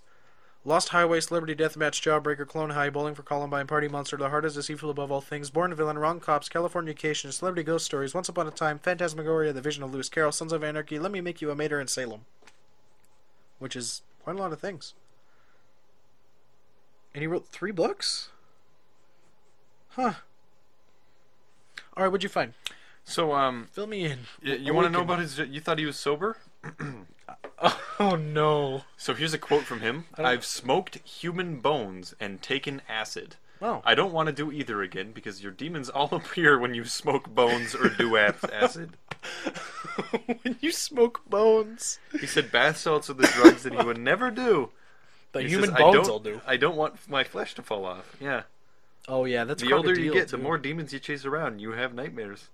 Speaker 3: Lost Highway, Celebrity Deathmatch, Jawbreaker, Clone High, Bowling for Columbine, Party Monster, The Heart is Deceitful Above All Things, Born Villain, Wrong Cops, Californication, Celebrity Ghost Stories, Once Upon a Time, Phantasmagoria, The Vision of Lewis Carroll, Sons of Anarchy, Let Me Make You a Mater in Salem. Which is quite a lot of things. And he wrote three books? Huh. Alright, what'd you find?
Speaker 1: So um,
Speaker 3: Fill me in.
Speaker 1: y-
Speaker 3: A
Speaker 1: you want to know
Speaker 3: weekend.
Speaker 1: about his? You thought he was sober?
Speaker 3: (laughs) Oh no.
Speaker 1: So here's a quote from him:
Speaker 3: don't-
Speaker 1: "I've smoked human bones and taken acid."
Speaker 3: Oh.
Speaker 1: I don't want to do either again because your demons all (laughs) appear when you smoke bones or do ac-
Speaker 3: (laughs)
Speaker 1: acid.
Speaker 3: (laughs) when you smoke bones.
Speaker 1: He said bath salts are the drugs that he would never do.
Speaker 3: The
Speaker 1: He
Speaker 3: human
Speaker 1: says, I
Speaker 3: bones
Speaker 1: don't-
Speaker 3: will do.
Speaker 1: I don't want my flesh to fall off. Yeah.
Speaker 3: Oh yeah, that's
Speaker 1: the
Speaker 3: quite a
Speaker 1: older you
Speaker 3: deal,
Speaker 1: get, the
Speaker 3: too.
Speaker 1: more demons you chase around. You have nightmares.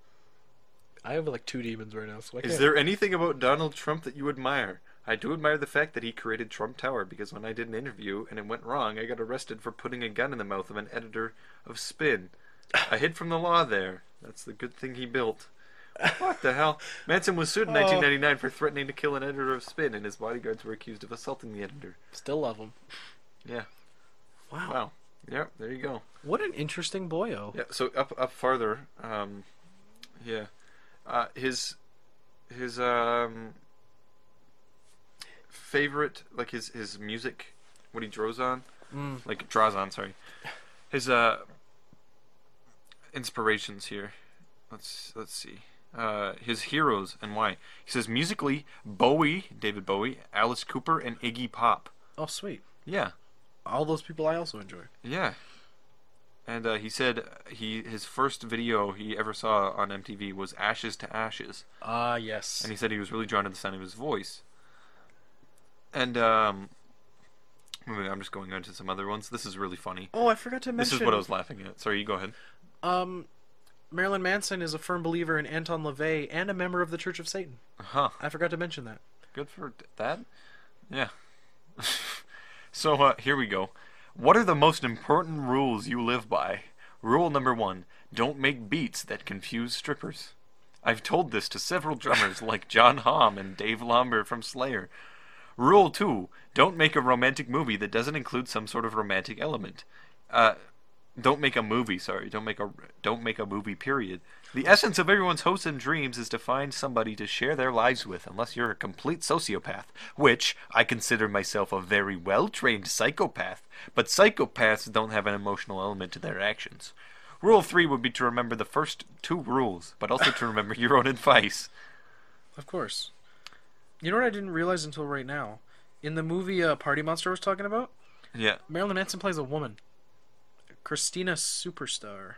Speaker 3: I have like two demons right now, so I
Speaker 1: Is
Speaker 3: can't.
Speaker 1: there anything about Donald Trump that you admire? I do admire the fact that he created Trump Tower because when I did an interview and it went wrong, I got arrested for putting a gun in the mouth of an editor of Spin. I hid from the law there. That's the good thing he built. What the hell? Manson was
Speaker 3: (laughs) Oh.
Speaker 1: sued in 1999 for threatening to kill an editor of Spin, and his bodyguards were accused of assaulting the editor.
Speaker 3: Still love him.
Speaker 1: Yeah.
Speaker 3: Wow.
Speaker 1: Wow. Yeah, there you go.
Speaker 3: What an interesting oh. boyo.
Speaker 1: Yeah. So up up farther, um, yeah, uh, his his um, favorite like his his music, what he draws on,
Speaker 3: Mm.
Speaker 1: like draws on. Sorry, his uh inspirations here. Let's let's see. Uh, his heroes and why. He says musically Bowie, David Bowie, Alice Cooper, and Iggy Pop.
Speaker 3: Oh, sweet.
Speaker 1: Yeah.
Speaker 3: All those people I also enjoy.
Speaker 1: Yeah. And uh, he said he his first video he ever saw on MTV was Ashes to Ashes,
Speaker 3: Ah, yes.
Speaker 1: and he said he was really drawn to the sound of his voice. And um, wait, I'm just going on to some other ones. This is really funny.
Speaker 3: Oh, I forgot to
Speaker 1: This
Speaker 3: mention.
Speaker 1: is what I was laughing at. Sorry, you go ahead.
Speaker 3: Um, Marilyn Manson is a firm believer in Anton LaVey and a member of the Church of Satan.
Speaker 1: Huh.
Speaker 3: I forgot to mention that.
Speaker 1: Good for d- that. Yeah. (laughs) so uh, here we go. What are the most important rules you live by? Rule number one: Don't make beats that confuse strippers. I've told this to several drummers like John Hom and Dave Lomber from Slayer. Rule two: Don't make a romantic movie that doesn't include some sort of romantic element. Uh, don't make a movie. Sorry, don't make a don't make a movie. Period. The essence of everyone's hopes and dreams is to find somebody to share their lives with, unless you're a complete sociopath, which I consider myself a very well-trained psychopath. But psychopaths don't have an emotional element to their actions. Rule three would be to remember the first two rules, but also to remember your own advice.
Speaker 3: Of course. You know what I didn't realize until right now? In the movie uh, Party Monster I was talking about,
Speaker 1: Yeah.
Speaker 3: Marilyn Manson plays a woman. Christina Superstar.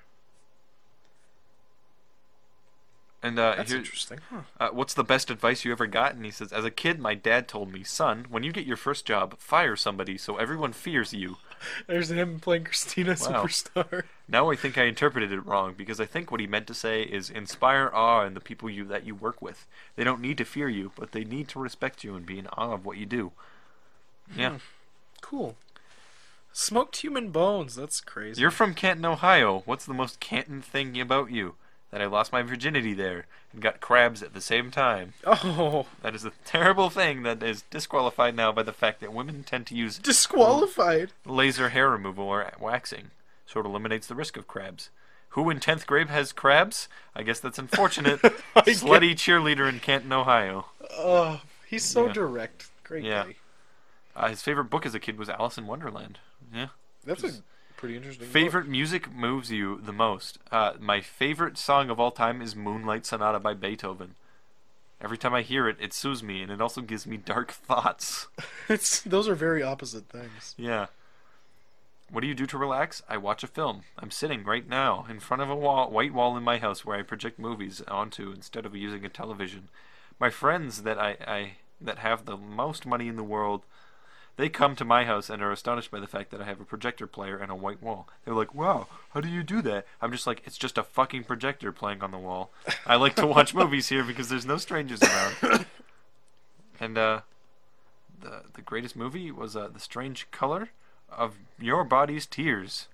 Speaker 1: And uh,
Speaker 3: That's
Speaker 1: here-
Speaker 3: interesting. Huh.
Speaker 1: uh, what's the best advice you ever got? And he says, as a kid, my dad told me, son, when you get your first job, fire somebody so everyone fears you.
Speaker 3: There's him playing Christina
Speaker 1: Wow.
Speaker 3: Superstar.
Speaker 1: Now I think I interpreted it wrong because I think what he meant to say is inspire awe in the people you that you work with. They don't need to fear you, but they need to respect you and be in awe of what you do. Yeah.
Speaker 3: Cool. Smoked human bones. That's crazy.
Speaker 1: You're from Canton, Ohio. What's the most Canton thing about you? That I lost my virginity there and got crabs at the same time.
Speaker 3: oh,
Speaker 1: (laughs) That is a terrible thing that is disqualified now by the fact that women tend to use
Speaker 3: disqualified.
Speaker 1: laser hair removal or waxing, so it eliminates the risk of crabs. Who in 10th grade has crabs? I guess that's unfortunate.
Speaker 3: I guess-
Speaker 1: Slutty cheerleader in Canton, Ohio.
Speaker 3: Oh, he's so
Speaker 1: Yeah.
Speaker 3: direct. Great
Speaker 1: Yeah.
Speaker 3: guy.
Speaker 1: Uh, his favorite book as a kid was Alice in Wonderland. Yeah.
Speaker 3: That's a pretty interesting. book.
Speaker 1: Favorite music moves you the most. Uh, my favorite song of all time is Moonlight Sonata by Beethoven. Every time I hear it, it soothes me and it also gives me dark (laughs) thoughts.
Speaker 3: (laughs) It's, those are very opposite things.
Speaker 1: Yeah. What do you do to relax? I watch a film. I'm sitting right now in front of a wall, white wall in my house where I project movies onto instead of using a television. My friends that I, I that have the most money in the world, they come to my house and are astonished by the fact that I have a projector player and a white wall. They're like, "Wow, how do you do that?" I'm just like, "It's just a fucking projector playing on the wall." I like to watch movies here because there's no strangers around. And uh, the the greatest movie was uh, The Strange Color of Your Body's Tears,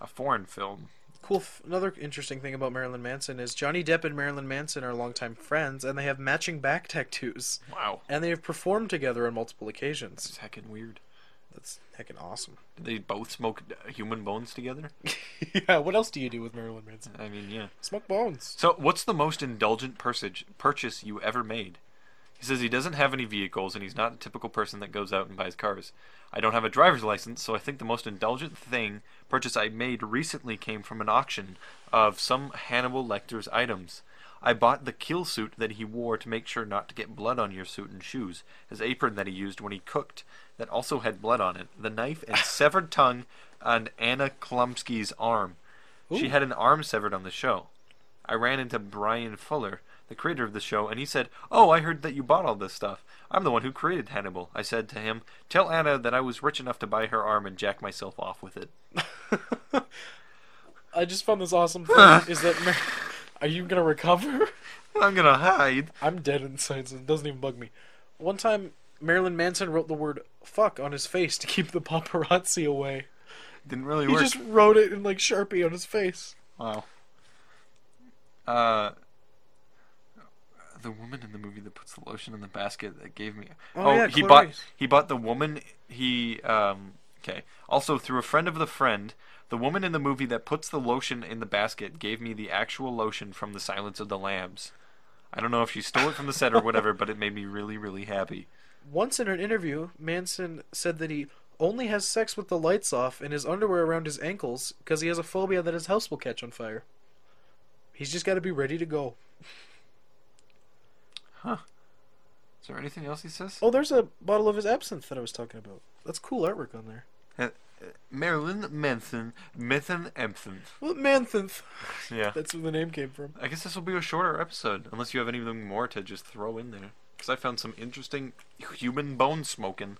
Speaker 1: a foreign film.
Speaker 3: Cool. F- another interesting thing about Marilyn Manson is Johnny Depp and Marilyn Manson are longtime friends, and they have matching back (laughs) tattoos,
Speaker 1: Wow,
Speaker 3: and they have performed together on multiple occasions.
Speaker 1: it's heckin' weird.
Speaker 3: That's heckin' awesome.
Speaker 1: Did they both smoke uh, human bones together?
Speaker 3: (laughs) yeah. What else do you do with Marilyn Manson?
Speaker 1: I mean, yeah.
Speaker 3: Smoke bones.
Speaker 1: So, what's the most indulgent persage- purchase you ever made? He says he doesn't have any vehicles and he's not a typical person that goes out and buys cars. I don't have a driver's license, so I think the most indulgent thing purchase I made recently came from an auction of some Hannibal Lecter's items. I bought the kill suit that he wore to make sure not to get blood on your suit and shoes, his apron that he used when he cooked that also had blood on it, the knife and severed tongue on Anna Klumsky's arm. She had an arm severed on the show. I ran into Brian Fuller, the creator of the show, and he said, Oh, I heard that you bought all this stuff. I'm the one who created Hannibal. I said to him, Tell Anna that I was rich enough to buy her arm and jack myself off with it.
Speaker 3: I just found this awesome thing. is that Mar- (laughs) are you gonna recover?
Speaker 1: I'm gonna hide.
Speaker 3: I'm dead inside, so it doesn't even bug me. One time, Marilyn Manson wrote the word "fuck" on his face to keep the paparazzi away.
Speaker 1: Didn't really
Speaker 3: He
Speaker 1: work.
Speaker 3: just wrote it in like Sharpie on his face.
Speaker 1: Wow. Uh. The woman in the movie that puts the lotion in the basket that gave me.
Speaker 3: Oh, yeah,
Speaker 1: he
Speaker 3: Clarice.
Speaker 1: bought he bought the woman. He um okay. Also through a friend of the friend, the woman in the movie that puts the lotion in the basket gave me the actual lotion from The Silence of the Lambs. I don't know if she stole it from the set or whatever, but it made me really really happy.
Speaker 3: Once in an interview, Manson said that he only has sex with the lights off and his underwear around his ankles because he has a phobia that his house will catch on fire. He's just got to be ready to go.
Speaker 1: Is there anything else he says?
Speaker 3: Oh, there's a bottle of his absinthe that I was talking about. That's cool artwork on there.
Speaker 1: Uh, Marilyn Manson, Manson, Manson.
Speaker 3: Well, Manthith. (laughs)
Speaker 1: Yeah.
Speaker 3: That's where the name came from.
Speaker 1: I guess this will be a shorter episode, unless you have anything more to just throw in there. Because I found some interesting human bone smoking.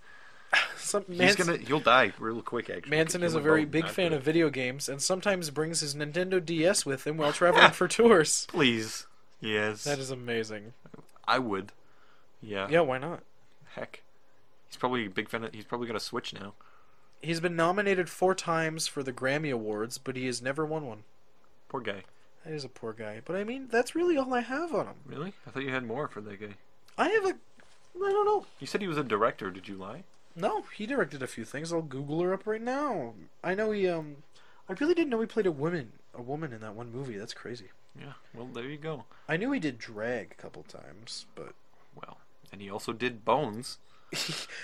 Speaker 3: Some
Speaker 1: He's
Speaker 3: Manson,
Speaker 1: gonna, he'll die real quick. Actually,
Speaker 3: Manson is a
Speaker 1: Human
Speaker 3: very
Speaker 1: bone,
Speaker 3: big
Speaker 1: not
Speaker 3: fan
Speaker 1: good.
Speaker 3: of video games and sometimes brings his Nintendo DS with (laughs) him while traveling for tours.
Speaker 1: Please, yes,
Speaker 3: That is amazing.
Speaker 1: I would. Yeah.
Speaker 3: Yeah, why not?
Speaker 1: Heck, he's probably a big fan. Of, he's probably gonna switch now.
Speaker 3: He's been nominated four times for the Grammy Awards, but he has never won one.
Speaker 1: Poor guy.
Speaker 3: That is a poor guy. But I mean, that's really all I have on him.
Speaker 1: Really? I thought you had more for that guy.
Speaker 3: I have a. I don't know.
Speaker 1: You said he was a director. Did you lie?
Speaker 3: No, he directed a few things. I'll Google her up right now. I know he. um... I really didn't know he played a woman, a woman in that one movie. That's crazy.
Speaker 1: Yeah. Well, there you go.
Speaker 3: I knew he did drag a couple times, but (laughs)
Speaker 1: Well, and he also did Bones.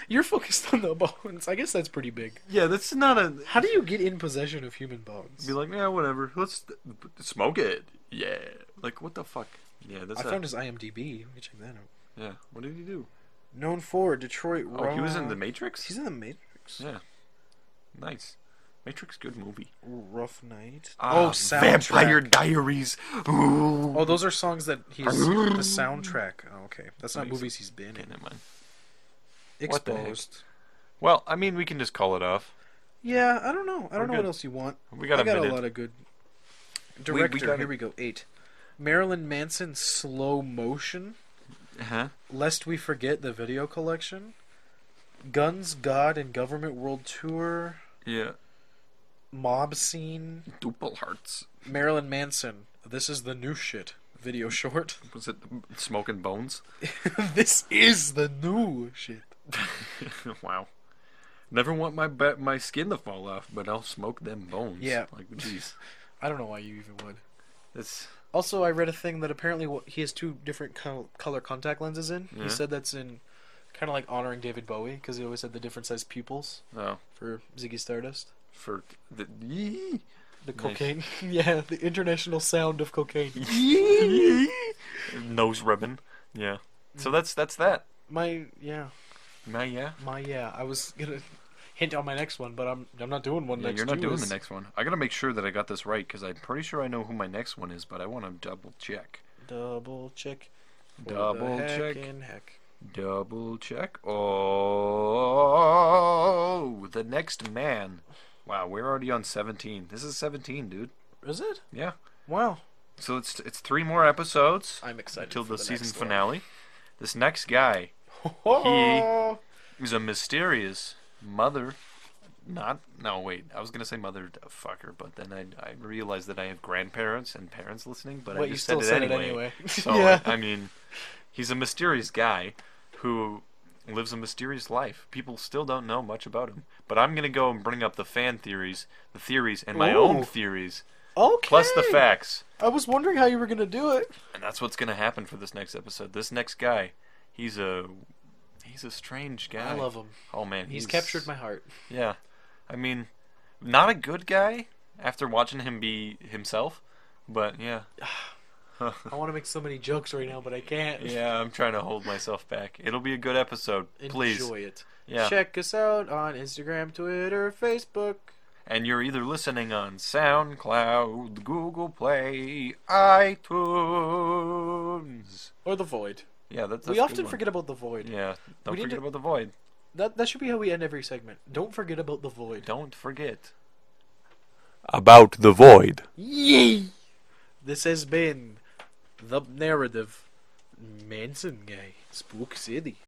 Speaker 3: you're focused on the (laughs) bones. I guess that's pretty big.
Speaker 1: Yeah, that's not a.
Speaker 3: How do you get in possession of human bones?
Speaker 1: Be like, yeah, whatever. Let's th- smoke it. Yeah. Like, what the fuck? Yeah, that's.
Speaker 3: I
Speaker 1: a-
Speaker 3: found his IMDb. Let me check that out.
Speaker 1: Yeah. What did he do?
Speaker 3: Known for Detroit.
Speaker 1: Oh, he was in the
Speaker 3: Rock-
Speaker 1: Matrix.
Speaker 3: He's in the Matrix.
Speaker 1: Yeah. Nice. Matrix, good movie.
Speaker 3: Rough Night.
Speaker 1: Ah,
Speaker 3: oh, soundtrack.
Speaker 1: Vampire Diaries. Ooh.
Speaker 3: Oh, those are songs that he's the soundtrack. Oh, okay, that's not
Speaker 1: Makes
Speaker 3: movies he's been
Speaker 1: Okay,
Speaker 3: in.
Speaker 1: never mind. What the heck?
Speaker 3: Exposed.
Speaker 1: Well, I mean, we can just call it off.
Speaker 3: Yeah, I don't know. I don't know
Speaker 1: good.
Speaker 3: what else you want.
Speaker 1: We got
Speaker 3: I
Speaker 1: a
Speaker 3: got
Speaker 1: minute.
Speaker 3: a lot of good. Director,
Speaker 1: got
Speaker 3: here
Speaker 1: a-
Speaker 3: we go. Eight. Marilyn Manson, slow motion.
Speaker 1: Huh?
Speaker 3: Lest we forget the video collection. Guns, God, and Government World Tour.
Speaker 1: Yeah.
Speaker 3: Mob scene.
Speaker 1: Duple hearts.
Speaker 3: Marilyn Manson. This is the new shit. Video (laughs)
Speaker 1: (laughs)
Speaker 3: short.
Speaker 1: Was it Smoking Bones? (laughs)
Speaker 3: this is the new shit.
Speaker 1: wow. Never want my ba- my skin to fall off, but I'll smoke them bones.
Speaker 3: Yeah.
Speaker 1: Like, jeez.
Speaker 3: I don't know why you even would.
Speaker 1: That's
Speaker 3: Also, I read a thing that apparently wh- he has two different co- color contact lenses in.
Speaker 1: Yeah.
Speaker 3: He said that's in kind of like honoring David Bowie because he always had the different size pupils
Speaker 1: oh
Speaker 3: for Ziggy Stardust.
Speaker 1: for the yee.
Speaker 3: The
Speaker 1: Nice.
Speaker 3: cocaine, (laughs) yeah, the international sound of cocaine.
Speaker 1: (laughs) nose rubbing. Yeah. So that's that's that.
Speaker 3: My yeah,
Speaker 1: My yeah.
Speaker 3: my yeah. I was gonna (laughs) hint on my next one, but I'm I'm not doing one
Speaker 1: Yeah,
Speaker 3: next.
Speaker 1: you're not
Speaker 3: to
Speaker 1: doing
Speaker 3: us.
Speaker 1: the next one. I gotta make sure that I got this right because I'm pretty sure I know who my next one is, but I want to double check.
Speaker 3: Double check. for the
Speaker 1: Double check.
Speaker 3: heckin' heck.
Speaker 1: Double check. Oh, the next man. Wow, we're already on 17. This is 17, dude.
Speaker 3: Is it?
Speaker 1: Yeah.
Speaker 3: Wow.
Speaker 1: So it's it's three more episodes
Speaker 3: I'm excited
Speaker 1: until
Speaker 3: for
Speaker 1: the, season
Speaker 3: next one.
Speaker 1: finale. This next guy
Speaker 3: (laughs) Oh,
Speaker 1: is a mysterious mother. Not no wait. I was gonna say mother fucker, but then I I realized that I have grandparents and parents listening. But
Speaker 3: But
Speaker 1: I
Speaker 3: you
Speaker 1: just
Speaker 3: still
Speaker 1: said, it, anyway. (laughs) So
Speaker 3: (laughs) yeah.
Speaker 1: I mean, he's a mysterious guy who lives a mysterious life. People still don't know much about him. But I'm gonna go and bring up the fan theories, the theories, and my
Speaker 3: Ooh.
Speaker 1: own theories,
Speaker 3: okay.
Speaker 1: plus the facts.
Speaker 3: I was wondering how you were gonna do it.
Speaker 1: And that's what's gonna happen for this next episode. This next guy, he's a he's a strange guy.
Speaker 3: I love him.
Speaker 1: Oh man,
Speaker 3: He's captured my heart.
Speaker 1: Yeah, I mean, not a good guy after watching him be himself. But
Speaker 3: (sighs)
Speaker 1: yeah,
Speaker 3: I want to make so many jokes right now, but I can't.
Speaker 1: yeah, I'm trying to hold myself back. It'll be a good episode. Please.
Speaker 3: Enjoy it.
Speaker 1: Yeah.
Speaker 3: Check us out on Instagram, Twitter, Facebook.
Speaker 1: And you're either listening on SoundCloud, Google Play, iTunes.
Speaker 3: Or the void.
Speaker 1: Yeah, that's, that's a
Speaker 3: we
Speaker 1: good
Speaker 3: often
Speaker 1: one.
Speaker 3: forget about the void.
Speaker 1: Yeah, don't
Speaker 3: We need
Speaker 1: forget
Speaker 3: to-
Speaker 1: about the void.
Speaker 3: That that should be how we end every segment. Don't forget about the void.
Speaker 1: Don't forget.
Speaker 9: About the void.
Speaker 3: Yay! This has been the narrative Manson guy, Spook City.